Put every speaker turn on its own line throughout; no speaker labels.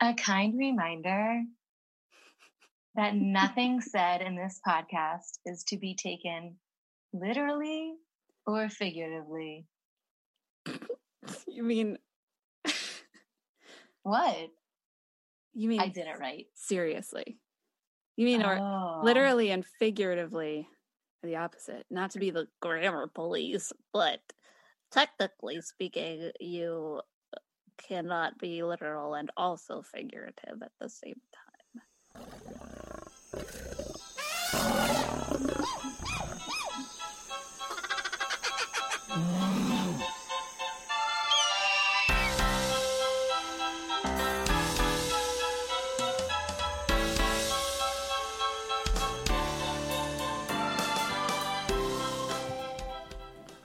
a kind reminder that nothing said in this podcast is to be taken literally or figuratively.
You mean
What?
you mean
I did it right.
seriously? You mean or
Oh.
literally and figuratively are the opposite. Not to be the grammar police, but technically speaking, you uh, cannot be literal and also figurative at the same time.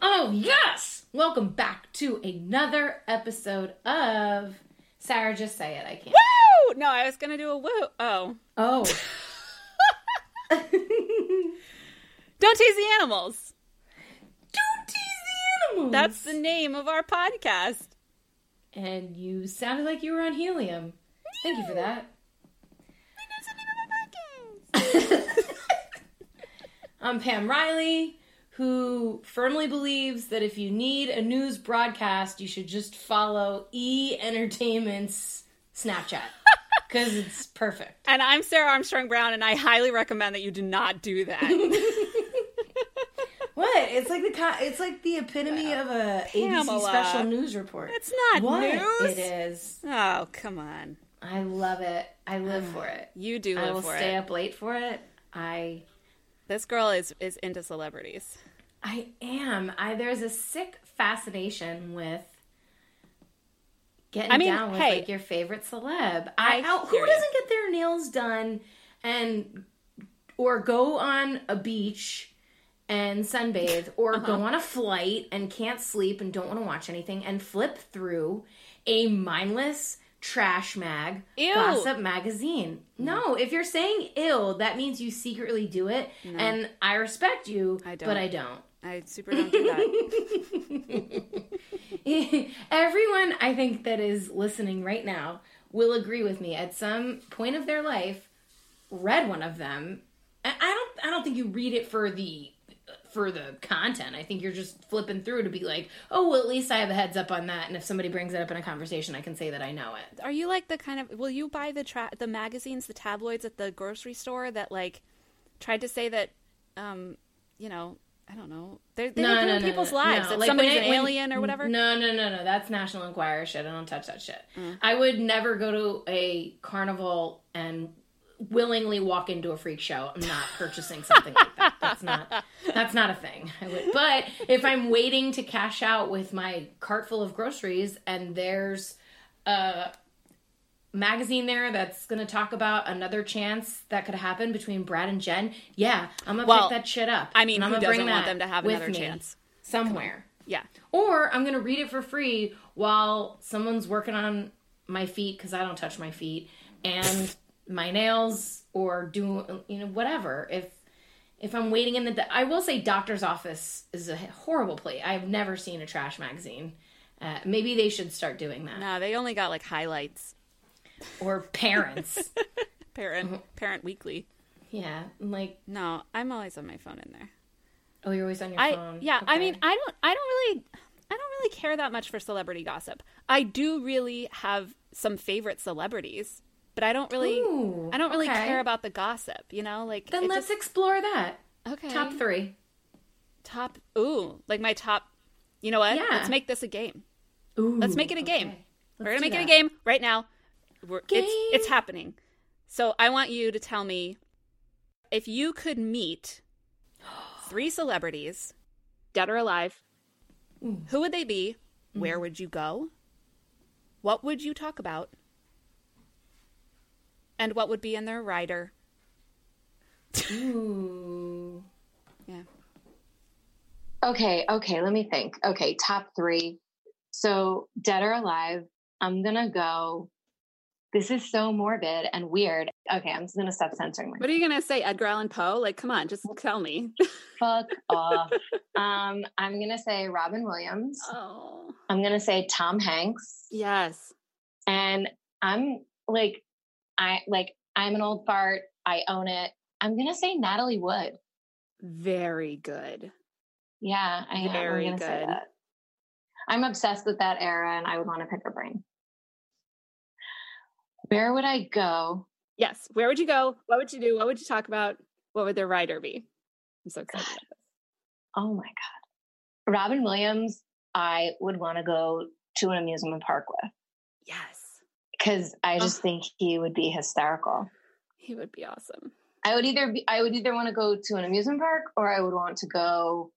Oh, yes! Welcome back to another episode of Sarah Just Say It. I can't.
Woo! Oh, No, I was gonna do a woo. Oh,
Oh.
don't tease the animals.
Don't tease the animals!
That's the name of our podcast.
And you sounded like you were on helium. Thank you for that. I'm Pam Riley, who firmly believes that if you need a news broadcast, you should just follow E Entertainment's Snapchat because it's perfect.
And I'm Sarah Armstrong Brown, and I highly recommend that you do not do that.
What? It's like the co- it's like the epitome of a ABC
Pamela.
special news report.
It's not
what
news.
It is.
oh, come on.
I love it. I live for it.
You do
I
live
will
for
stay
it.
up late for it. I
This girl is is into celebrities.
I am. I there's a sick fascination with getting
I mean,
down with
hey.
like your favorite celeb. I,
I
how- who
hear ya.
doesn't get their nails done and or go on a beach and sunbathe or go
Uh-huh.
on a flight and can't sleep and don't want to watch anything and flip through a mindless trash mag
Ew. Mm.
gossip magazine. No, if you're saying ill, that means you secretly do it and I respect you,
I don't.
but I don't.
I super don't do that.
Everyone, I think, that is listening right now will agree with me at some point of their life. Read one of them. I I don't. I don't think you read it for the for the content. I think you're just flipping through to be like, oh, well, at least I have a heads up on that. And if somebody brings it up in a conversation, I can say that I know it.
Are you like the kind of will you buy the tra- the magazines, the tabloids at the grocery store that like tried to say that um, you know, I don't know. They're they were doing people's lives that
Like,
somebody's
when I-
an
when-
alien or whatever?
No, no, no, no. That's National Enquirer shit. I don't touch that shit.
Mm.
I would never go to a carnival and willingly walk into a freak show. I'm not purchasing something like that. That's not that's not a thing. I would, but if I'm waiting to cash out with my cart full of groceries and there's a magazine there that's going to talk about another chance that could happen between Brad and Jen, yeah, I'm going to
Well,
pick that shit up.
I mean,
and I'm
who
gonna bring
doesn't want
that
them to have
with
another
me
chance?
somewhere?
Yeah.
Or I'm going to read it for free while someone's working on my feet because I don't touch my feet and my nails or do you know whatever. If if I'm waiting in the, I will say doctor's office is a horrible place. I've never seen a trash magazine. Uh, maybe they should start doing that.
No, they only got like highlights.
Uh-huh. Or parents,
Parent Parent Weekly.
yeah, like
No, I'm always on my phone in there.
oh, you're always on your
I
phone.
yeah, I
Okay.
mean, I don't I don't really I don't really care that much for celebrity gossip. I do really have some favorite celebrities, but I don't really
Ooh,
I don't really
okay.
care about the gossip, you know? Like
then
it
let's
just-
explore that.
okay.
Top three.
top ooh, like my top You know what?
Yeah.
Let's make this a game.
Ooh,
Let's make it a game.
okay.
We're going
do
to make it a
that.
game right now. We're, It's
Game.
it's happening. So I want you to tell me if you could meet three celebrities, dead or alive, who would they be?
Mm-hmm.
Where would you go? What would you talk about? And what would be in their rider?
Ooh.
Yeah.
Okay, okay, let me think. Okay, top three. So, dead or alive, I'm gonna go. This is so morbid and weird. Okay, I'm just gonna stop censoring myself.
What are you going to say, Edgar Allan Poe? Like, come on, just tell me.
Fuck off. Um, I'm gonna say Robin Williams.
oh.
I'm gonna say Tom Hanks,
Yes.
and I'm like I like I'm an old fart. I own it. I'm gonna say Natalie Wood.
Very good.
Yeah, I am.
Very
I'm gonna say
good.
that. I'm obsessed with that era, and I would want to pick her brain. Where would I go?
Yes. Where would you go? What would you do? What would you talk about? What would the rider be? I'm so excited. about this.
Oh my god, Robin Williams. I would want to go to an amusement park with
Yes.
because I just
Ugh.
think he would be hysterical.
He would be awesome.
I would either be, I would either want to go to an amusement park or I would want to go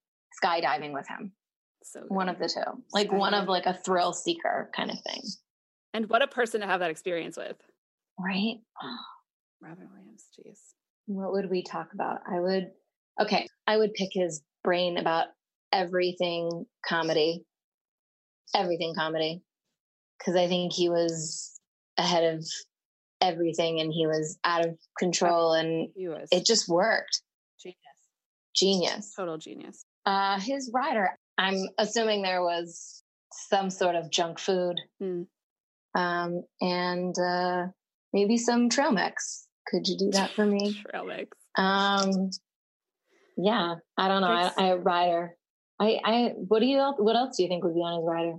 skydiving with him.
So
One
good.
of the two, like one of
Skydiving.
like a thrill seeker kind of thing,
And what a person to have that experience with.
right?
Robin Williams, jeez.
What would we talk about? I would okay. I would pick his brain about everything comedy, everything comedy, because I think he was ahead of everything and he was out of control and
He was
it just worked.
genius.
Genius.
Total genius.
Uh, his rider. I'm assuming there was some sort of junk food,
Hmm.
um, and uh, maybe some trail mix. Could you do that for me?
Trail mix.
Um, yeah, I don't know. I,
Thanks.
I rider. I, I. What do you? el- What else do you think would be on his rider?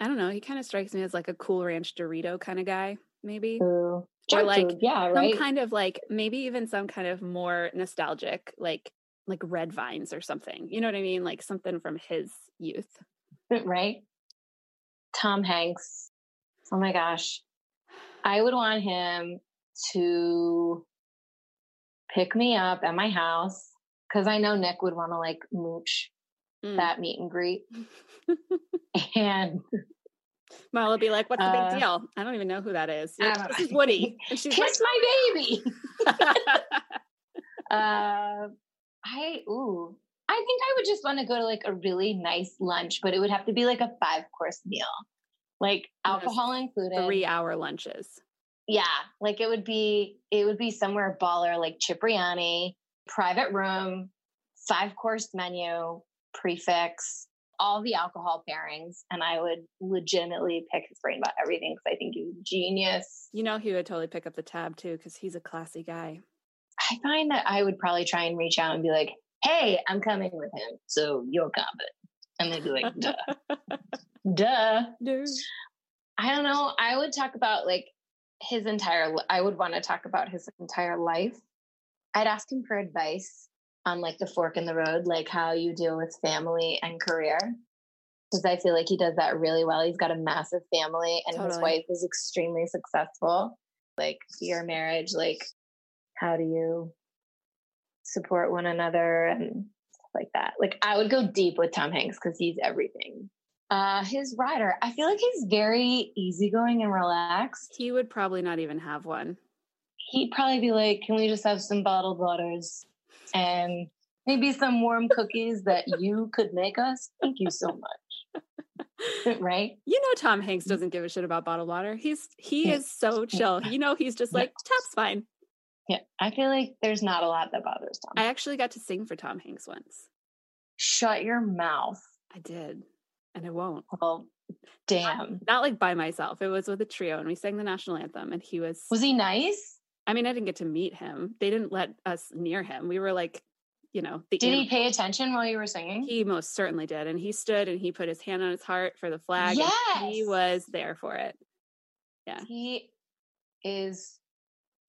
I don't know. He kind of strikes me as like a cool ranch Dorito kind of guy, maybe.
Ooh, junk
like,
food. Yeah,
Some
right.
kind of like maybe even some kind of more nostalgic, like like red vines or something. You know what I mean? Like something from his youth.
right. Tom Hanks. Oh my gosh, I would want him to pick me up at my house because I know Nick would want to like mooch
Mm.
that meet and greet, and
Mel will be like, "What's the
Uh,
big deal? I don't even know who that is.
I
You're like,
don't
this
know."
is Woody." And she's like,
kiss my baby. Uh, I ooh, I think I would just want to go to like a really nice lunch, but it would have to be like a five course meal, like alcohol included.
three-hour lunches.
Yeah, like it would be it would be somewhere baller, like Cipriani, private room, five course menu, prefix, all the alcohol pairings, and I would legitimately pick his brain about everything because I think he's a genius.
You know, he would totally pick up the tab too because he's a classy guy.
I find that I would probably try and reach out and be like, "Hey, I'm coming with him, so you'll come." But and they'd be like, "Duh, duh."
Dude.
I don't know. I would talk about like his entire. li- I would want to talk about his entire life. I'd ask him for advice on like the fork in the road, like how you deal with family and career, because I feel like he does that really well. He's got a massive family, and his
Totally.
wife is extremely successful. Like your marriage, like how do you support one another and stuff like that. Like I would go deep with Tom Hanks because he's everything. Uh, his rider, I feel like he's very easygoing and relaxed.
He would probably not even have one.
He'd probably be like, "Can we just have some bottled waters and maybe some warm cookies that you could make us? Thank you so much." right?
You know, Tom Hanks doesn't give a shit about bottled water. He's
Mm.
he
Yeah.
is so chill. You know, he's just
Yeah.
like tap's fine.
Yeah, I feel like there's not a lot that bothers Tom.
I actually got to sing for Tom Hanks once.
Shut your mouth.
I did, and I won't.
Well, damn.
Not like by myself. It was with a trio, and we sang the national anthem. And he was
Was he nice?
I mean, I didn't get to meet him. They didn't let us near him. We were like, you know, the
Did
in-
he pay attention while you were singing?
he most certainly did. And he stood and he put his hand on his heart for the flag. and He
Yes!
was there for it.
He is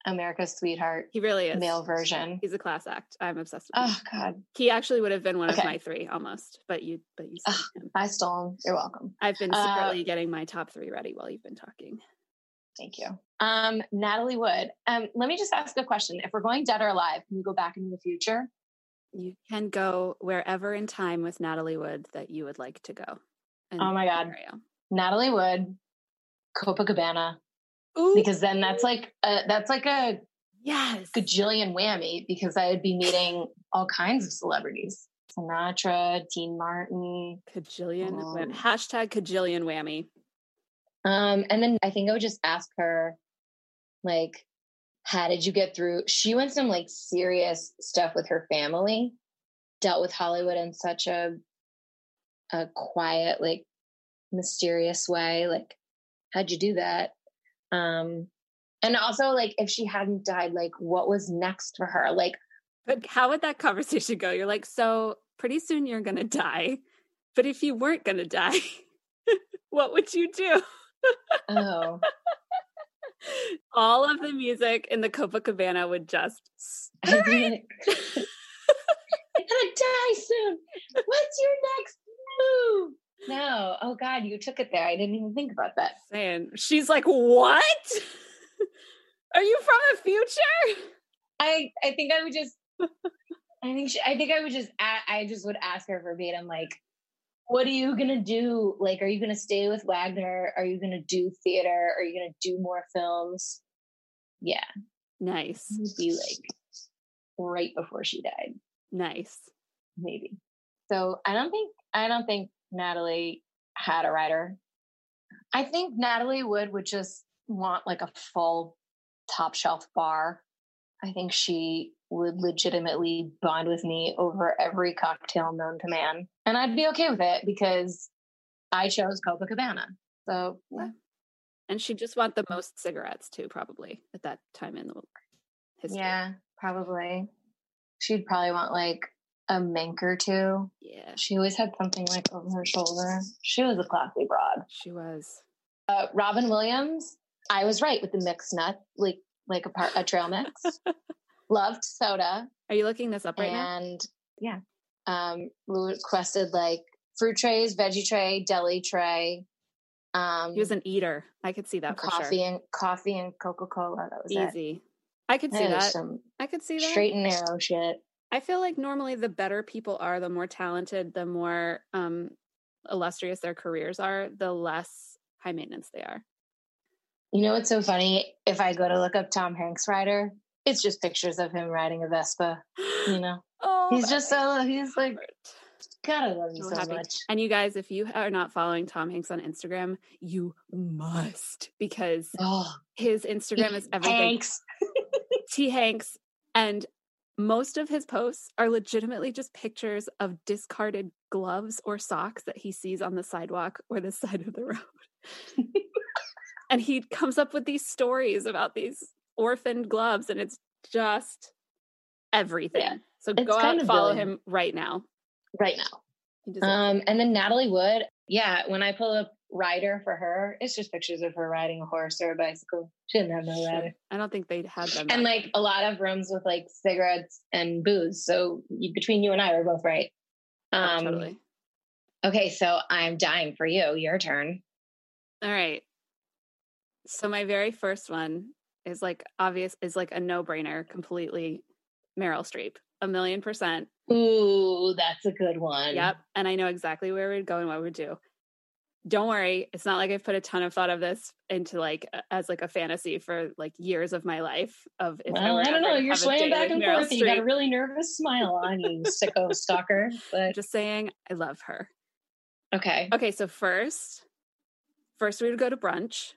America's sweetheart,
He really is.
male version.
He's a class act. I'm obsessed with him.
Oh God,
He actually would have been one
Okay.
of my three almost, but you but you
Ugh.
saved him.
I stole him. You're welcome.
I've been
Uh,
secretly getting my top three ready while you've been talking.
Thank you. Um, Natalie Wood. Um, let me just ask a question. If we're going dead or alive, can we go back into the future?
You can go wherever in time with Natalie Wood that you would like to go. in
Oh my
that
God.
scenario.
Natalie Wood, Copacabana,
Ooh,
because then that's like a, that's like a
yes.
gajillion whammy because I would be meeting all kinds of celebrities: Sinatra, Dean Martin,
Cajillion. wham-
Um,
Hashtag cajillion whammy.
Um, and then I think I would just ask her, like, how did you get through? She went some like serious stuff with her family, dealt with Hollywood in such a a quiet, like mysterious way. Like, how'd you do that? Um, And also, like, if she hadn't died, like, what was next for her? Like,
But how would that conversation go? You're like, so pretty soon you're going to die. But if you weren't going to die, what would you do?
oh,
All of the music in the Copacabana would just
I'm gonna, I'm gonna die soon. What's your next move? No, oh God, you took it there. I didn't even think about that.
saying, she's like, what? Are you from the future?
I I think I would just I think she, I think I would just a- I just would ask her verbatim like what are you going to do like are you going to stay with Wagner are you going to do theater are you going to do more films yeah
Nice,
it would be like right before she died
nice.
maybe so I don't think I don't think Natalie had a writer I think Natalie Wood would just want like a full top shelf bar. I think she would legitimately bond with me over every cocktail known to man. And I'd be okay with it because I chose Copacabana. So yeah.
And she just want the most cigarettes too, probably at that time in the history.
yeah, probably. She'd probably want like a mink or two.
yeah,
She always had something like over her shoulder. She was a classy broad.
she was.
Uh, Robin Williams, I was right with the mixed nut, like like a part a trail mix. Loved soda.
Are you looking this up right now?
and yeah, um, requested like fruit trays, veggie tray, deli tray, um,
He was an eater. I could see that for
coffee and coffee and Coca Cola. That was
sure.
it.
Easy. I could see
That was
that.
some
I could see that.
straight and narrow shit.
I feel like normally the better people are, the more talented, the more um, illustrious their careers are, the less high maintenance they are.
You know what's so funny? If I go to look up Tom Hanks rider, it's just pictures of him riding a Vespa. You know,
oh,
Mm. he's
that
just so he's like
hurt.
gotta love him
So
so
happy.
much.
And you guys, if you are not following Tom Hanks on Instagram, you must because
Oh,
his Instagram is everything.
Hanks.
T. Hanks, and most of his posts are legitimately just pictures of discarded gloves or socks that he sees on the sidewalk or the side of the road. and he comes up with these stories about these orphaned gloves, and it's just everything.
Yeah,
So
it's
go out
kind
and
of
follow
brilliant.
him right now.
Right now.
He deserves
Um, and then Natalie Wood, yeah, when I pull up rider for her, it's just pictures of her riding a horse or a bicycle. She didn't have no
shit.
rider.
I don't think they'd had them.
And
back
like a lot of rooms with like cigarettes and booze. So you, between you and I, we're both right.
then.
Um,
Oh, totally.
Okay, so I'm dying for you. Your turn.
All right. So my very first one is like obvious is like a no-brainer completely Meryl Streep. A million percent.
Ooh, that's a good one.
Yep. And I know exactly where we'd go and what we'd do. Don't worry, it's not like I've put a ton of thought of this into like a- as like a fantasy for like years of my life of if
Well,
were
I don't
ever
know.
to
You're
have a
swaying
date
back
with
and
Meryl
forth. and You got a
Streep.
really nervous smile on you, sicko stalker. But
Just saying, I love her.
okay.
Okay, so first, first we would go to brunch,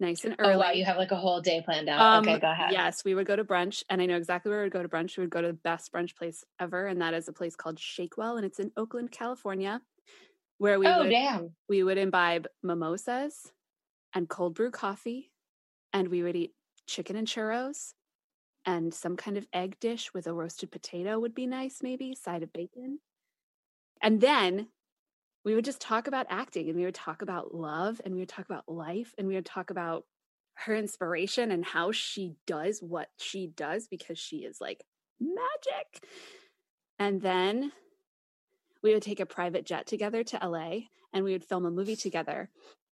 nice and early.
Oh wow, you have like a whole day planned out.
Um,
Oh, okay, go ahead.
Yes, we would go to brunch, and I know exactly where we would go to brunch. We would go to the best brunch place ever, and that is a place called Shakewell, and it's in Oakland, California, where we
oh
would
damn.
we would imbibe mimosas and cold brew coffee, and we would eat chicken and churros, and some kind of egg dish with a roasted potato would be nice, maybe side of bacon, and then. We would just talk about acting and we would talk about love and we would talk about life and we would talk about her inspiration and how she does what she does because she is like magic. And then we would take a private jet together to LA and we would film a movie together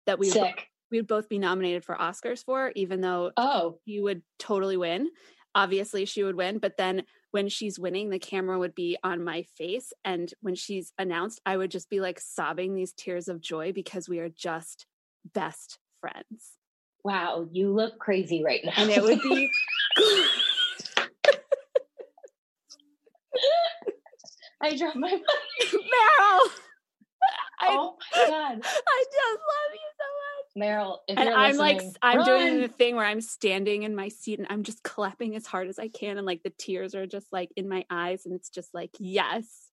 that we would, bo-
Sick.
we would both be nominated for Oscars for, even though
Oh,
you would totally win. Obviously, she would win, but then when she's winning, the camera would be on my face. And when she's announced, I would just be like sobbing these tears of joy because we are just best friends
wow, you look crazy right now.
and it would be
I dropped my
Meryl. I,
Oh my god.
I just love you so much.
Meryl, if
And
you're
I'm like,
listening,
I'm doing
run!
the thing where I'm standing in my seat and I'm just clapping as hard as I can, and like the tears are just like in my eyes, and it's just like, yes, she's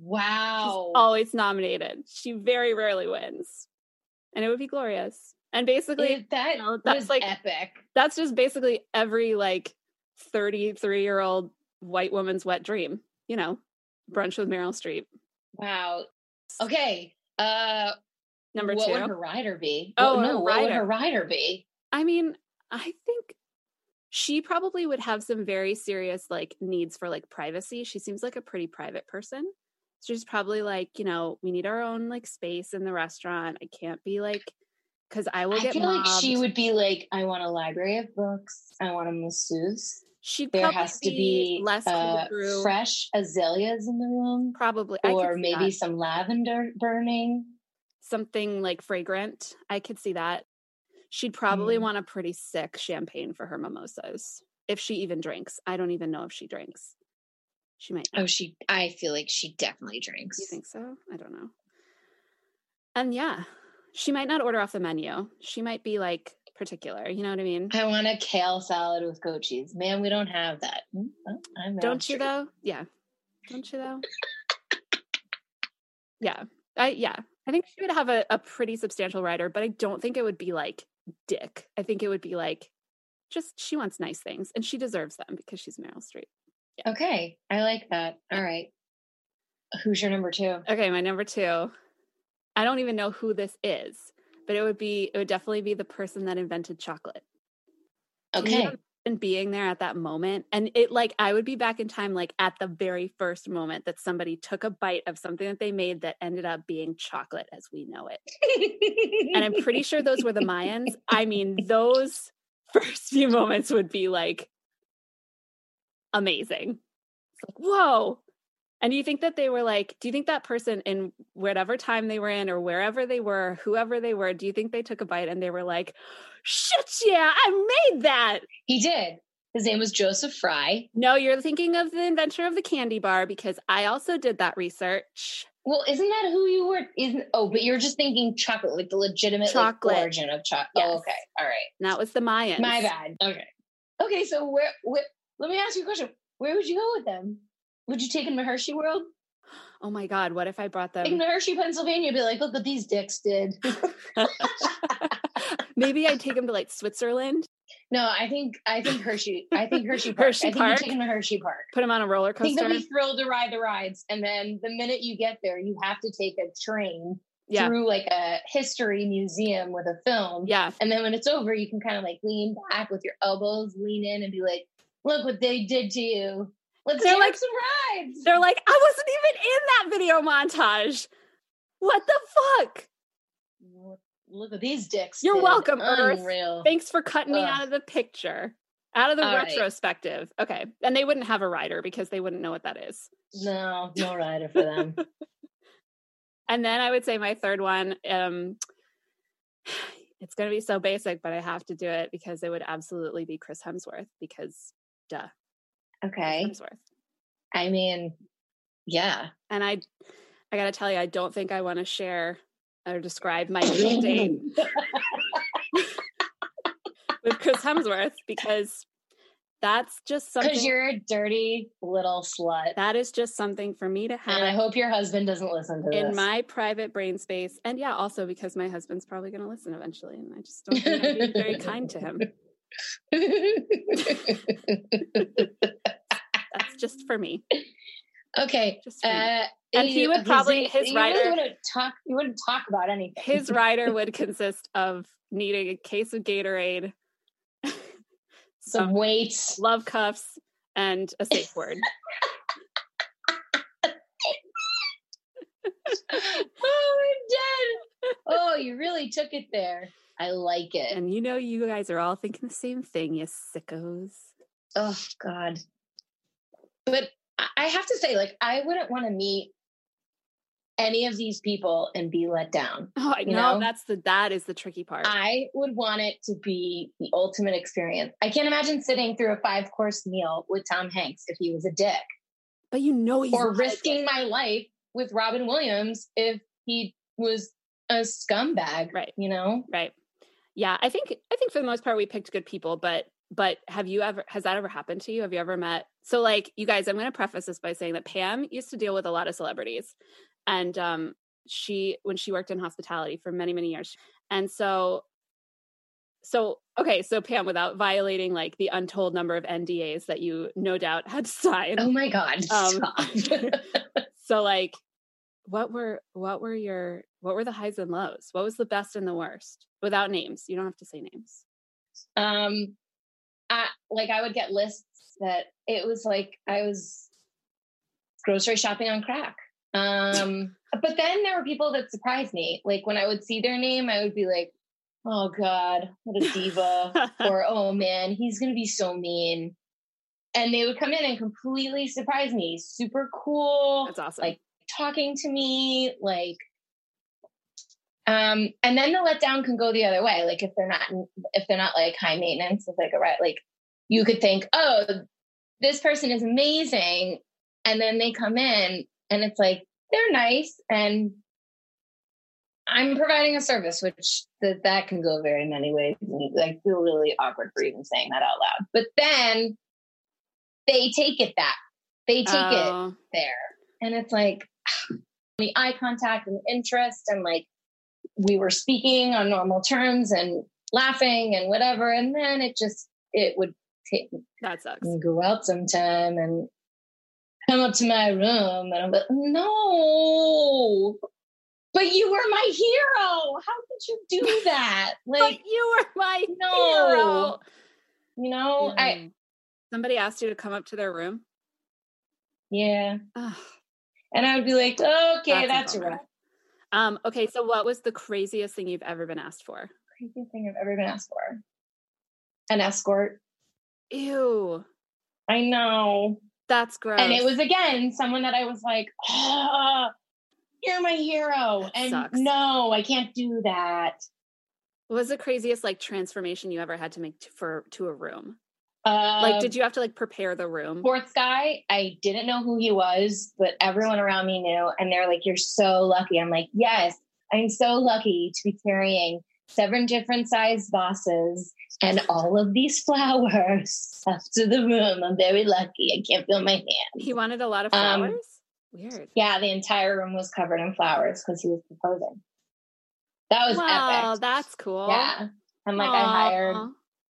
Wow.
always nominated. She very rarely wins, and it would be glorious. And basically,
If that
No, that's
that's
like-
like epic.
that's just basically every like 33 year old white woman's wet dream, you know, brunch with Meryl Streep.
Wow. Okay. Uh,
Number
what
two.
would her rider be?
Oh,
What-
her
no. What would
rider.
her rider be?
I mean, I think she probably would have some very serious like needs for like privacy. She seems like a pretty private person. So she's probably like, you know, we need our own like space in the restaurant. I can't be like, because I will
I
get
feel
mobbed.
like she would be like, I want a library of books. I want a masseuse.
She'd
There
probably
has to be
less
uh,
cold brew.
fresh azaleas in the room,
probably, I could
or
see
maybe
that.
some lavender burning.
something like fragrant. I could see that. She'd probably
Mm.
want a pretty sick champagne for her mimosas if she even drinks. I don't even know if she drinks. She might.
Oh, she. I feel like she definitely drinks.
You think so? I don't know. And yeah, she might not order off the menu. She might be like particular. You know what I mean?
I want a kale salad with goat cheese. Man, we don't have that. Mm, well, I'm Meryl
Don't you
Streep.
though? Yeah. Don't you though? yeah. I yeah. I think she would have a, a pretty substantial rider, but I don't think it would be like dick. I think it would be like just she wants nice things and she deserves them because she's Meryl Streep.
Okay, I like that. All right. Who's your number two?
Okay, my number two. I don't even know who this is, but it would be it would definitely be the person that invented chocolate. Can you
Okay.
and being there at that moment and it like i would be back in time like at the very first moment that somebody took a bite of something that they made that ended up being chocolate as we know it and i'm pretty sure those were the mayans i mean those first few moments would be like amazing it's like whoa and do you think that they were like do you think that person in whatever time they were in or wherever they were whoever they were do you think they took a bite and they were like shit yeah i made that
he did. His name was Joseph Fry.
no, you're thinking of the inventor of the candy bar because I also did that research.
Well, isn't that who you were? Isn't oh, but you're just thinking chocolate, like the legitimate like,
Chocolate.
origin of chocolate.
Yes.
Oh, okay, all right.
And that was the Mayans.
My bad. Okay, okay. So where, where? Let me ask you a question. Where would you go with them? Would you take them to Hershey World?
Oh my God, what if I brought
Take them to
them?
Hershey, Pennsylvania. Be like, look what these dicks did.
Maybe I'd take them to like Switzerland,
no, I think I think Hershey. I think Hershey Park.
Hershey
I think
Park.
you take them to Hershey Park.
put them on a roller
I think
coaster.
they'll be thrilled to ride the rides. And then the minute you get there, you have to take a train
yeah,
through like a history museum with a film.
yeah.
And then when it's over, you can kind of like lean back with your elbows, lean in and be like, look what they did to you. Let's
They're
take
like-
some rides.
They're like, I wasn't even in that video montage. What the fuck?
Look- Look at these dicks.
You're
did.
welcome, Earth.
Unreal.
Thanks for cutting me
Ugh.
out of the picture, out of the
All right.
retrospective. Okay. And they wouldn't have a rider because they wouldn't know what that is.
No, no rider for them.
And then I would say my third one, um, it's going to be so basic, but I have to do it because it would absolutely be Chris Hemsworth because duh, Chris
Okay.
Hemsworth.
I mean, yeah.
And I, I got to tell you, I don't think I want to share or describe my dream date with Chris Hemsworth because that's just
Because
something.
you're a dirty little slut.
That is just something for me to
And I
have
hope your husband doesn't listen to this.
in my private brain space. And yeah, also because my husband's probably going to listen eventually, and I just don't think I'd be very kind to him. That's just for me.
okay.
Just for me.
Uh,
And he would probably- his
you really
writer-
wouldn't talk. You wouldn't talk about anything.
his rider would consist of needing a case of Gatorade,
some
um,
weights.
love cuffs, and a safe word.
oh, I'm dead. Oh, you really took it there. I like it.
And you know, you guys are all thinking the same thing, you sickos.
Oh God. But I- I have to say, like, I wouldn't want to meet any of these people and be let down.
Oh, I
You
know.
know?
That's the that is the tricky part.
I would want it to be the ultimate experience. I can't imagine sitting through a five course meal with Tom Hanks if he was a dick,
but you know, he's
or
not a
risking
dick.
my life with Robin Williams if he was a scumbag.
Right.
You know?
right. Yeah, I think I think for the most part we picked good people, but but have you ever has that ever happened to you? Have you ever met so like you guys? I'm going to preface this by saying that Pam used to deal with a lot of celebrities, and um, she when she worked in hospitality for many many years, and so So, okay, so Pam, without violating like the untold number of NDAs that you no doubt had signed,
Oh my God.
Um,
stop.
so like, what were what were your what were the highs and lows? What was the best and the worst? Without names, you don't have to say names.
um i like i would get lists that it was like i was grocery shopping on crack um but then there were people that surprised me like when i would see their name i would be like oh god what a diva or oh man he's gonna be so mean and they would come in and completely surprise me super cool
That's awesome.
like, talking to me like um and then the letdown can go the other way like if they're not if they're not like high maintenance with like a right like you could think oh this person is amazing and then they come in and it's like they're nice and i'm providing a service which that that can go very many ways and you, like feel really awkward for even saying that out loud but then they take it that they take it
Oh,
there. And it's like the eye contact and interest, and like we were speaking on normal terms and laughing and whatever. And then it just, it would take,
that sucks.
go out sometime and come up to my room. And I'm like, no, but you were my hero. How could you do that?
But
Like,
you were my
No.
hero. Mm.
you know, I,
Somebody asked you to come up to their room.
yeah.
Ugh,
And I would be like, okay,
a
that's, a
bummer.
rough,
Um, okay, so what was the craziest thing you've ever been asked for?
crazy thing I've ever been asked for. An escort.
Ew,
I know.
that's gross.
And it was again someone that I was like, oh, you're my hero.
That
and
sucks.
no, I can't do that.
What was the craziest like transformation you ever had to make t- for to a room?
Uh,
Like, did you have to like prepare the room?
Um, Fourth guy, I didn't know who he was, but everyone around me knew. And they're like, you're so lucky. I'm like, yes, I'm so lucky to be carrying seven different sized bosses and all of these flowers up to the room. I'm very lucky. I can't feel my hand.
He wanted a lot of
Um,
flowers. Weird.
Yeah, the entire room was covered in flowers because he was proposing. That was
Wow,
epic.
that's cool.
Yeah. And like I hired,
Aw.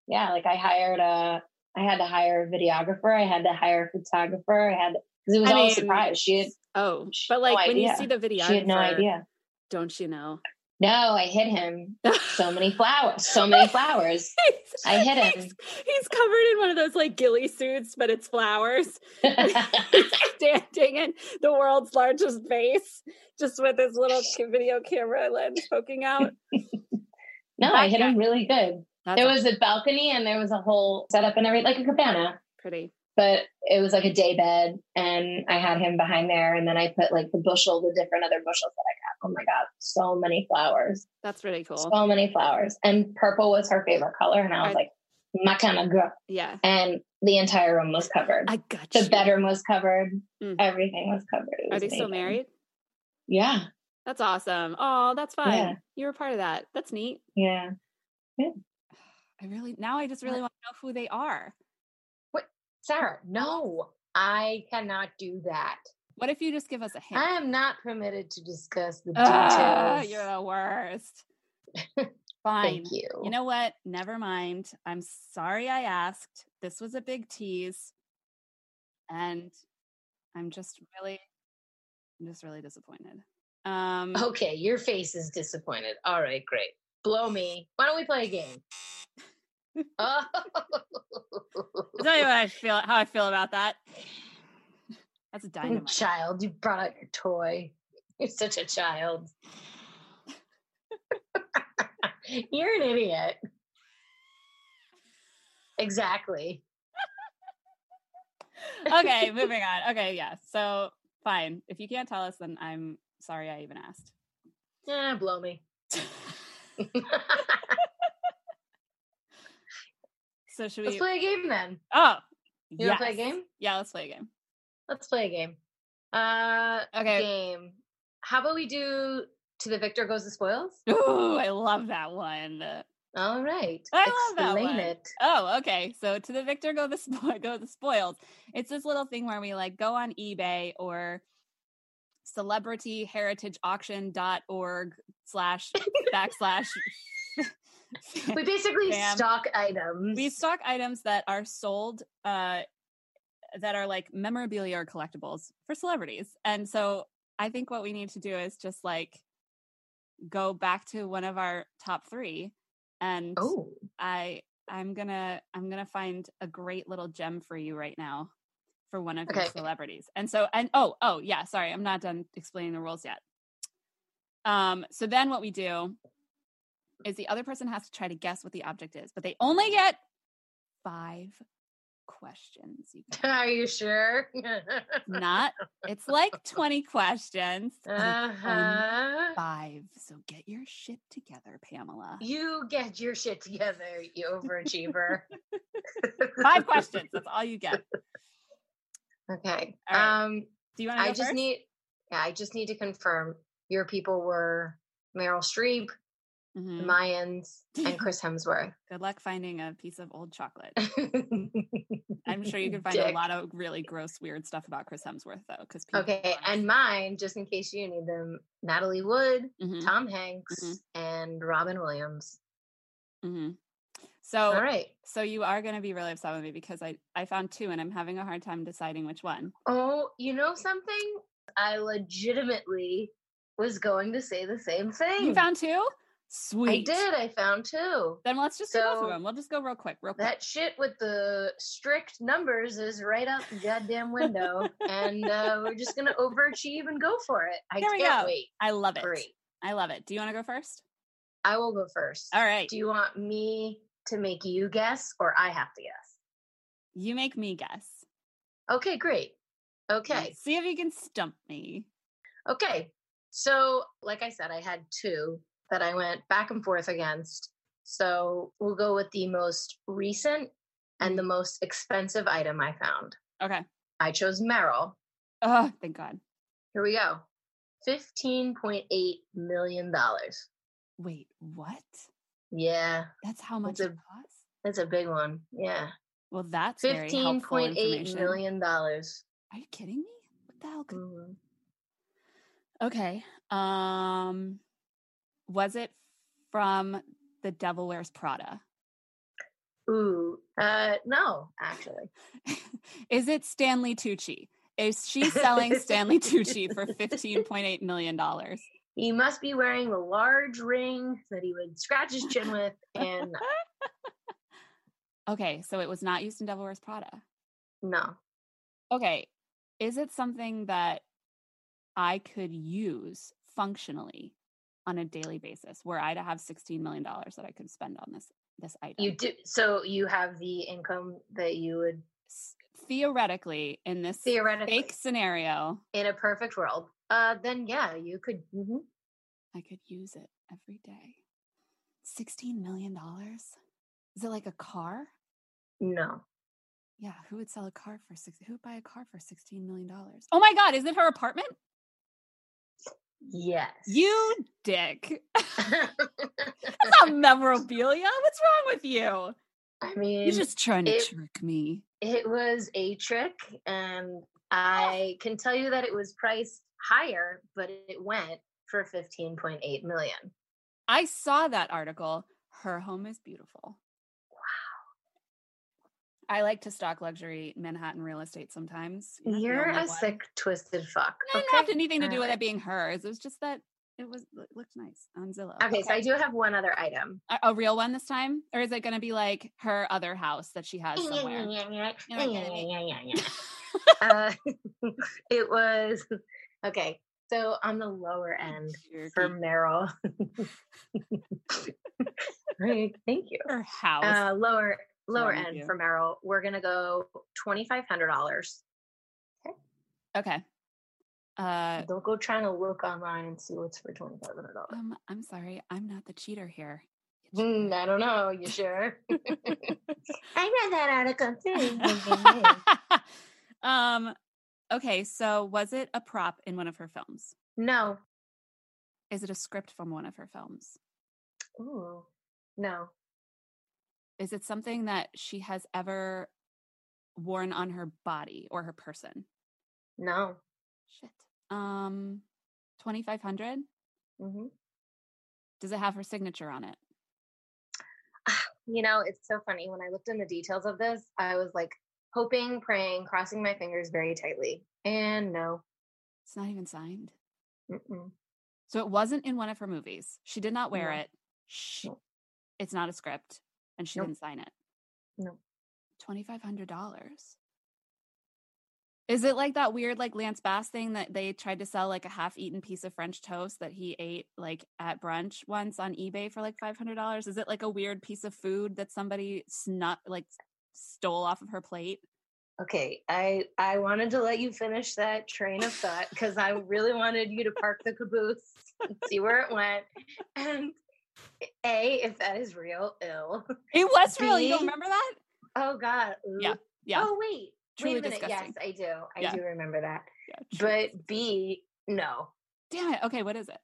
yeah, like I hired a, I had to hire a videographer. I had to hire a photographer. I had, because it was
I
all
mean,
a surprise. She had,
Oh,
she
but
had
like
no
when you
idea.
see the video,
she had no idea.
Don't you know?
No, I hit him. So many flowers, so many flowers. I hit him.
He's, he's covered in one of those like ghillie suits, but it's flowers. He's standing in the world's largest vase, just with his little video camera lens poking out.
no, I hit him really good.
That's
There was a balcony and there was a whole setup and everything, like a cabana.
pretty.
but it was like a day bed and I had him behind there and then I put like the bushel, the different other bushels that I got. Oh my God, so many flowers.
That's really cool.
So many flowers. And purple was her favorite color. And I was
I-
like, my kind of girl.
yeah,
And the entire room was covered.
I got
the
you.
bedroom was covered.
Mm.
Everything was covered. It
Are
was
they still
amazing.
married?
Yeah.
That's awesome. Oh, that's fun.
Yeah.
You were part of that. That's neat.
Yeah.
I really now I just really want to know who they are.
Sarah, no, I cannot do that.
What if you just give us a hint?
I am not permitted to discuss the
Ugh,
details.
you're the worst. Fine.
Thank you.
You know what? Never mind. I'm sorry I asked. This was a big tease. And I'm just really I'm just really disappointed. Um
Okay, your face is disappointed. All right, great. Blow me. Why don't we play a game? oh.
I'll tell you what I feel how I feel about that. That's dynamite.
Child, you brought out your toy. You're such a child. You're an idiot. Exactly.
okay, moving on. Okay, yeah. So fine. If you can't tell us, then I'm sorry I even asked.
Eh, blow me.
So should
let's
we?
play a game then.
oh,
You wanna play a
yes.
game?
Yeah, let's play a game.
Let's play a game. Uh,
Okay.
game. How about we do to the victor goes the spoils?
Ooh, I love that one.
All right.
I love that
Explain
one.
it.
Oh, okay. So to the victor go the spo- go the spoils. It's this little thing where we like go on eBay or celebrityheritageauction.org slash backslash
We basically
Bam.
stock items.
we stock items that are sold uh that are like memorabilia or collectibles for celebrities and so i think what we need to do is just like go back to one of our top three and
oh,
i i'm gonna i'm gonna find a great little gem for you right now for one of your
Okay.
celebrities and so and oh oh yeah sorry i'm not done explaining the rules yet um so then what we do is the other person has to try to guess what the object is but they only get five questions you guys.
are you sure?
not it's like 20 questions but it's only
uh-huh.
five so get your shit together pamela
You get your shit together, you overachiever.
five questions that's all you get
Okay.
All right.
Um,
do you want to
I
go
just
first?
need. Yeah, I just need to confirm your people were Meryl Streep, the Mm-hmm.
Mhm.
Mayans, and Chris Hemsworth.
Good luck finding a piece of old chocolate. I'm
I'm
sure you can find a lot of really gross, weird stuff about Chris Hemsworth, though. Because
Okay, and mine, just in case you need them, Natalie Wood, Tom Hanks,
Mhm.
and Robin Williams.
so
All right.
so you are going to be really upset with me because I I found two and I'm having a hard time deciding which one.
Oh, you know something? I legitimately was going to say the same thing.
You found two?
Mm. I
Sweet.
did. I found two.
Then let's just do both of
So-
them. We'll just go real quick, real quick.
That shit with the strict numbers is right out the goddamn window, and uh, we're just gonna overachieve and go for it. I
There we
can't
go.
wait.
I love it.
Great.
I love it. Do you want to go first?
I will go first.
All right.
Do you want me to make you guess, or I have to guess?
You make me guess.
Okay, great. Okay.
See if you can stump me.
Okay. So, like I said, I had two that I went back and forth against. So, we'll go with the most recent and the most expensive item I found.
Mm-hmm. Okay.
I chose Merrill.
Oh, thank God.
Here we go. $15.8 million.
Wait, what?
Yeah,
That's how much
a-
it costs?
that's a big one. Yeah.
Well, that's very helpful
$15.8
information.
million.
Are you kidding me? What the hell? Could-
Mhm.
okay. Um, was it from The Devil Wears Prada?
Ooh, uh, no, actually.
Is it Stanley Tucci? Is she selling Stanley Tucci for fifteen point eight million dollars?
He must be wearing the large ring that he would scratch his chin with. And
Okay, so it was not used in Devil Wears Prada.
no,
Okay, is it something that I could use functionally on a daily basis? Were I to have sixteen million dollars that I could spend on this this item,
you do. So you have the income that you would
s- theoretically in this
theoretically,
fake scenario,
in a perfect world, uh, then yeah, you could. mhm.
I could use it every day. Sixteen million dollars? Is it like a car?
No,
Yeah, who would sell a car for six? Who would buy a car for sixteen million dollars? Oh my God! Is it her apartment?
yes,
You dick! That's not memorabilia. What's wrong with you?
I mean,
You're just trying to
it-
trick me.
it was a trick, and I can tell you that it was priced higher, but it went for fifteen point eight million.
I saw that article. Her home is beautiful. Wow. I like to stock luxury Manhattan real estate sometimes. You're not the
You're
only
a
one.
sick, twisted fuck.
It didn't have
okay?
anything to do
All
with
right.
it being hers. It was just that it was it looked nice on Zillow.
Okay, so I do have one other item.
A- a real one this time, or is it going to be like her other house that she has
Mm-hmm,
somewhere?
Uh, it was okay. So on the lower end for
Jerky.
Meryl. Right, Thank you.
her house.
Uh, lower lower
wrong with
end
you?
for Meryl. We're gonna go twenty five hundred dollars.
okay. Uh,
Don't go trying to look online and see what's for twenty five hundred dollars.
um, I'm sorry, I'm not the cheater here. You
Hmm, I don't know. You sure? I read that article too. thinking, "Hey."
cheater. um, okay. So was it a prop in one of her films?
no.
Is it a script from one of her films?
Ooh. No.
Is it something that she has ever worn on her body or her person?
No.
Shit. Um, twenty five hundred.
hmm
Does it have her signature on it?
You know, it's so funny. When I looked in the details of this, I was like hoping, praying, crossing my fingers very tightly. And no.
It's not even signed.
Mm-mm.
So it wasn't in one of her movies. She did not wear
No.
it. Shh.
No.
It's not a script, and she
Nope.
didn't sign it.
No.
Twenty five hundred dollars. Is it like that weird like Lance Bass thing that they tried to sell like a half eaten piece of French toast that he ate like at brunch once on eBay for like five hundred dollars? Is it like a weird piece of food that somebody snuck like stole off of her plate?
Okay, I I wanted to let you finish that train of thought because I really wanted you to park the caboose and see where it went. And a, if that is real, ill.
It was really you don't
Bee?
remember that?
Oh God.
Yeah,
Ooh.
yeah.
Oh wait.
Truly
wait a minute.
disgusting.
Yes, I do. I
Yeah.
do remember that.
Yeah, true.
But B, no.
damn it. Okay, what is it?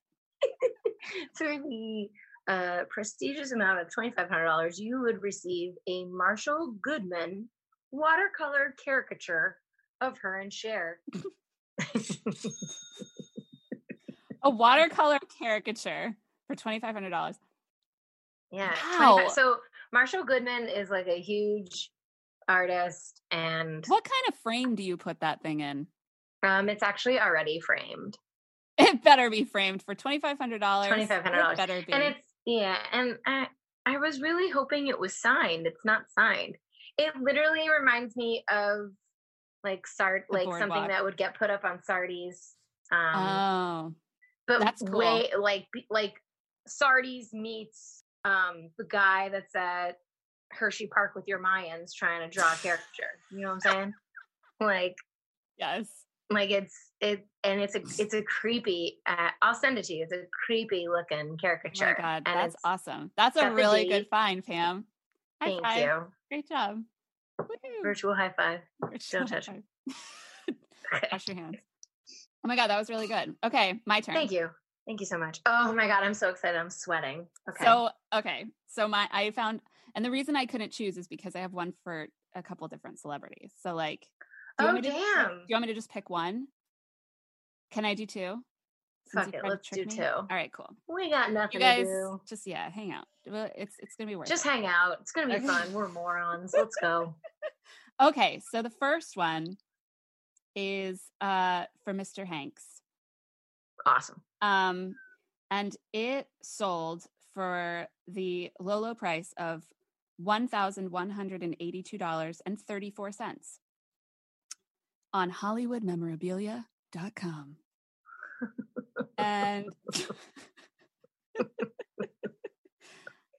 For the uh, prestigious amount of twenty five hundred dollars, you would receive a Marshall Goodman watercolor caricature of her and Cher.
A watercolor caricature for twenty five hundred dollars.
Yeah.
Wow.
25 So Marshall Goodman is like a huge artist and
What kind of frame do you put that thing in?
um it's actually already framed.
It better be framed for twenty five hundred dollars.
$2,500.
Better be.
And it's yeah, and I I was really hoping it was signed. It's not signed. It literally reminds me of like Sart
The
like something
boardwalk.
that would get put up on Sardi's um
oh,
but
that's cool.
way like be- like Sardi's meets um the guy that's at Hershey Park with your Mayans trying to draw a caricature. You know what I'm saying? like
yes. Oh
like it's it and it's a it's a creepy uh, I'll send it to you. It's a creepy looking
Oh my
caricature.
god,
and
that's
it's-
awesome. That's a
got the
really good
date.
find, Pam. High
Thank
five. Hmm.
you.
Great job. Woo.
Virtual high five.
Virtual high
touch
five. Wash your hands. Oh my god, that was really good. Okay, my turn.
Thank you. Thank you so much. Oh my god, I'm so excited. I'm sweating. Okay.
So okay, so my I found, and the reason I couldn't choose is because I have one for a couple different celebrities. So like, do you
oh
want me to-
damn.
Do you want me to just pick one? Can I do two? Since
Fuck
you
it,
tried to
let's
trick
do
me?
two.
All right, cool.
We got
You
nothing to
guys
do.
just yeah, hang out. Well, It's it's gonna be worth
Just
it.
hang out. It's gonna be
Okay.
fun. We're morons. Let's go.
Okay, so the first one is uh for Mr. Hanks.
Awesome.
Um and it sold for the low low price of one thousand one hundred and eighty two dollars and thirty four cents on hollywoodmemorabilia.com. and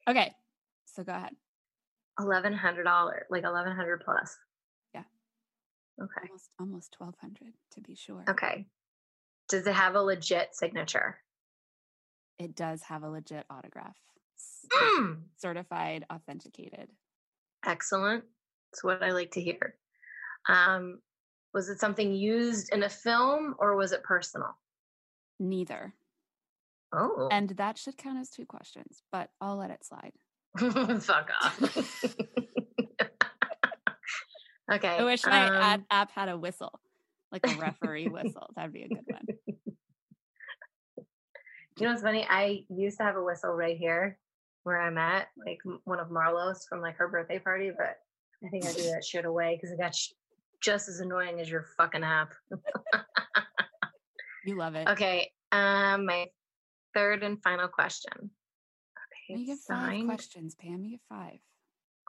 okay, so go ahead.
Eleven hundred dollar, like eleven hundred plus.
Yeah.
Okay.
Almost almost twelve hundred to be sure.
Okay. Does it have a legit signature?
It does have a legit autograph. S-
Mm.
Certified, authenticated.
Excellent. That's what I like to hear. Um, was it something used in a film or was it personal?
Neither.
Oh,
And that should count as two questions, but I'll let it slide.
fuck off. okay.
I wish my ad-
um,
app had a whistle, like a referee whistle. That'd be a good one.
You know what's funny? I used to have a whistle right here where I'm at, like m- one of Marlo's from like her birthday party, but I think I threw that shit away because it got sh- just as annoying as your fucking app.
You love it.
Okay. Um, my third and final question.
No,
Okay,
you get
it's
five
signed.
questions, Pam. You get five.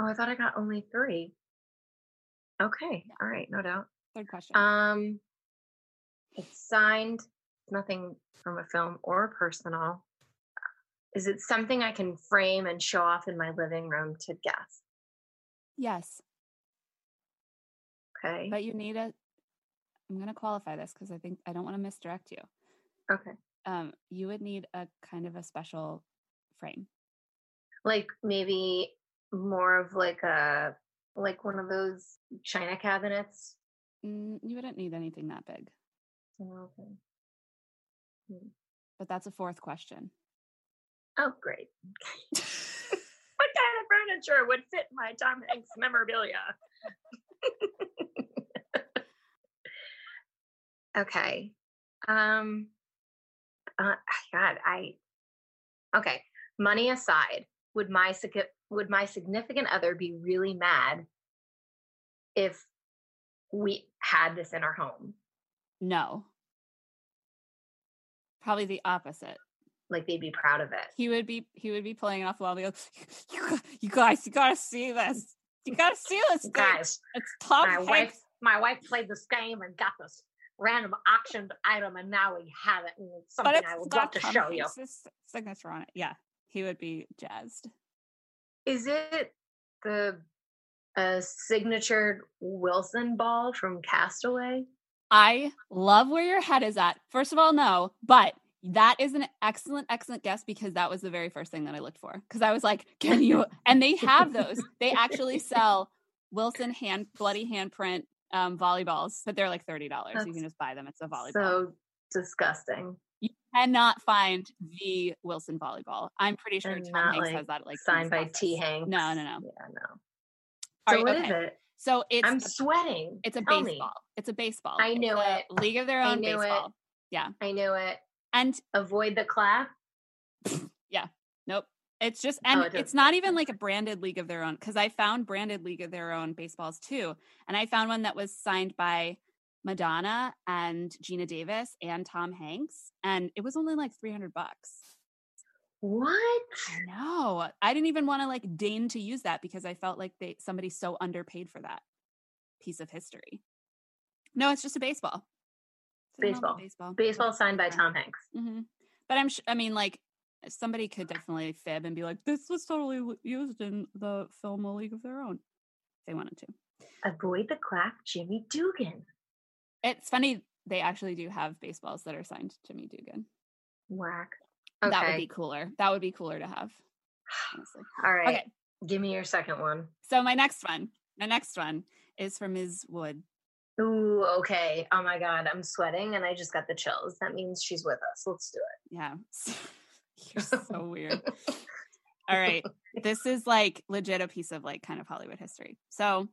Oh, I thought I got only three. Okay. All right. No doubt.
Third question.
Um, it's signed. Nothing from a film or personal. Is it something I can frame and show off in my living room to guests?
yes,
Okay.
but you need a. I'm going to qualify this because I think I don't want to misdirect you.
Okay.
Um, you would need a kind of a special frame.
Like maybe more of like a like one of those china cabinets.
Mm, you wouldn't need anything that big,
Oh, okay.
but that's a fourth question.
Oh, great. What kind of furniture would fit my Tom Hanks memorabilia? okay. Um uh, God, I Okay. Money aside, would my sig- would my significant other be really mad if we had this in our home?
No. Probably the opposite.
Like they'd be proud of it.
He would be he would be playing it off the wall. Like, you, you guys, you gotta see this. You gotta see this thing.
Guys,
It's Tom
my
Hanks.
wife, my wife played this game and got this random auctioned item, and now we have it, and it's something
but it's
I would
got
love to
Tom
show you.
Hanks' signature on it. Yeah, he would be jazzed.
Is it the uh, signature Wilson ball from Castaway?
I love where your head is at. First of all, no, but that is an excellent, excellent guess because that was the very first thing that I looked for. Because I was like, can you? And they have those. They actually sell Wilson hand, bloody handprint um, volleyballs, but they're like $30. you
That's
can just buy them. It's a volleyball.
So disgusting.
you cannot find the Wilson volleyball. I'm pretty sure
And
Tom
not,
Hanks
like,
has that like in
Signed
his
by
office.
T. Hanks.
No, no, no.
Yeah, no.
All
so
right,
what is
okay.
it?
So it's
I'm
a-
sweating.
it's a
Tell
baseball.
me.
It's a baseball.
I
It's
knew
a
it.
League of their
I
own
knew it.
baseball.
I knew it.
And
Avoid the clap.
Nope. It's just and
Oh, it
it's
doesn't-
not even like a branded league of their own because I found branded league of their own baseballs too, and I found one that was signed by Madonna and Gina Davis and Tom Hanks, and it was only like three hundred bucks.
What?
I know. I didn't even want to like deign to use that because I felt like they somebody so underpaid for that piece of history. No, it's just a baseball. It's a normal
Baseball.
baseball,
Baseball signed by Tom Hanks.
hmm But I'm, sh- I mean, like somebody could definitely fib and be like, "This was totally w- used in the film A League of Their Own." If they wanted to.
Avoid the clap, Jimmy Dugan.
It's funny they actually do have baseballs that are signed to Jimmy Dugan.
Whack. Okay.
That would be cooler. That would be cooler to have. Honestly.
All right.
Okay.
Give me your second one.
So my next one, my next one is from Ms. Wood.
Ooh, okay. Oh my God. I'm sweating and I just got the chills. That means she's with us. Let's do it.
Yeah. You're so weird. All right. This is like legit a piece of like kind of Hollywood history. So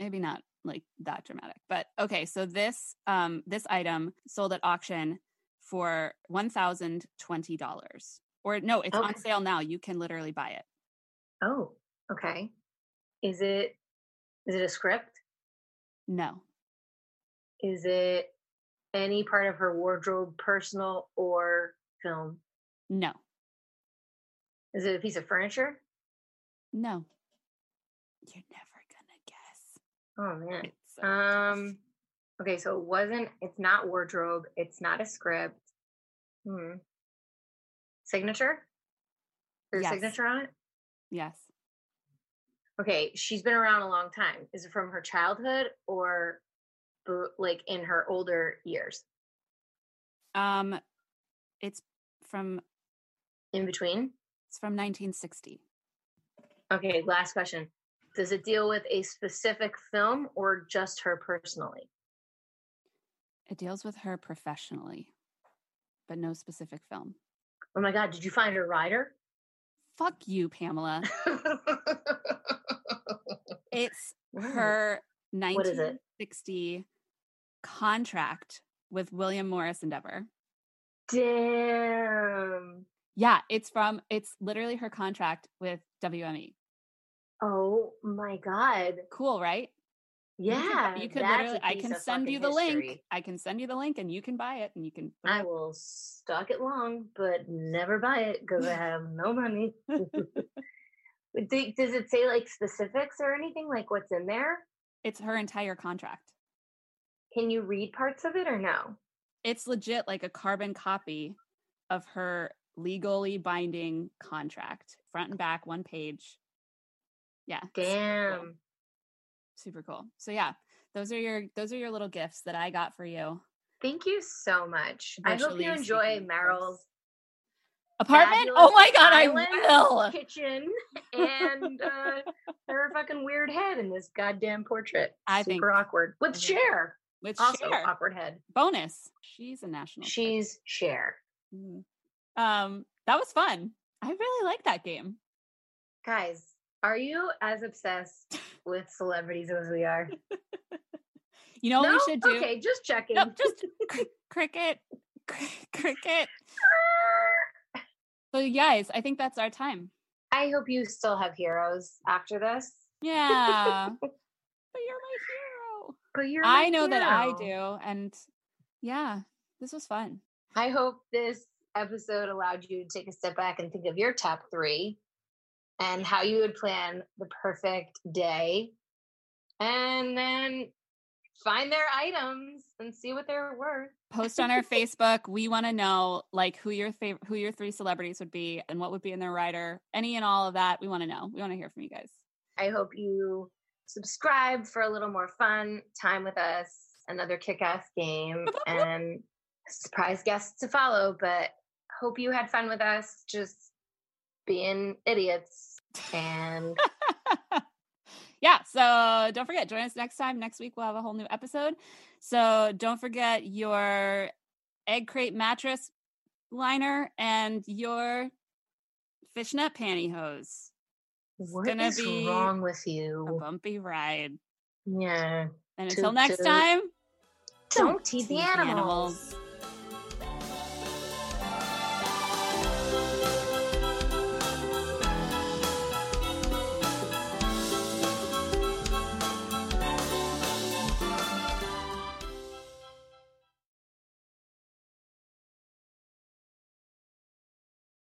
maybe not like that dramatic, but okay. So this um this item sold at auction for one thousand twenty dollars. Or no, it's on
Okay.
sale now. You can literally buy it.
Oh, okay. Is it is it a script?
No.
Is it any part of her wardrobe, personal or film?
No.
Is it a piece of furniture?
No. You're never gonna
Oh
guess.
man.
It's so tough.
Um okay, so it wasn't it's not wardrobe, it's not a script. Hmm. Signature? There's
Yes.
signature on it?
Yes.
Okay, she's been around a long time. Is it from her childhood or bu- like in her older years?
Um it's from
In between?
it's from nineteen sixty.
Okay, last question. Does it deal with a specific film or just her personally?
It deals with her professionally, but no specific film.
Oh my god, did you find her rider?
Fuck you, Pamela. It's her
What is it?
1960 contract with William Morris Endeavor.
Damn.
Yeah, it's from, it's literally her contract with E. WME.
Oh my god.
Cool, right? You can bu-
Yeah.
you could
that's
literally,
a
I
piece
can
of
send
fucking
you the link.
history.
I can send you the link and you can buy it and you can,
I will stock it long, but never buy it because I have no money. But do- Does it say like specifics or anything? Like what's in there?
it's her entire contract.
Can you read parts of it or no?
It's legit like a carbon copy of her legally binding contract, front and back, one page. Yeah. it's
Damn.
super cool so yeah those are your those are your little gifts that i got for you
Thank you so much. I hope
Virtually
you enjoy
speaking, of
Meryl's
apartment
fabulous
oh my god
island,
i will
kitchen and uh, her fucking weird head in this goddamn portrait.
I
Super
think-
awkward with
think-
Cher.
with
Also
Cher.
awkward head.
bonus she's a national treasure.
She's Cher.
Mhm. um that was fun i really like that game
Guys, are you as obsessed with celebrities as we are?
you know what
no?
we should do
Okay, just checking.
no just cr- cricket cr- cricket so you guys i think that's our time
I hope you still have heroes after this.
Yeah. but you're my hero.
But you're
I
my
know that I
hero.
do. And yeah, this was fun.
I hope this episode allowed you to take a step back and think of your top three and how you would plan the perfect day. And then find their items and see what they're worth.
Post on our Facebook. We want to know like who your favorite, who your three celebrities would be, and what would be in their rider. Any and all of that. We want to know. We want to hear from you guys.
I hope you subscribe for a little more fun time with us, another kick ass game, and surprise guests to follow. But hope you had fun with us just being idiots. And
yeah. So don't forget, join us next time. Next week, we'll have a whole new episode. So don't forget your egg crate mattress liner and your fishnet pantyhose.
what
gonna
is
be
wrong with
A
you?
bumpy ride.
Yeah.
And
Toot
until next
toot.
time,
Don't tease the
tease
animals.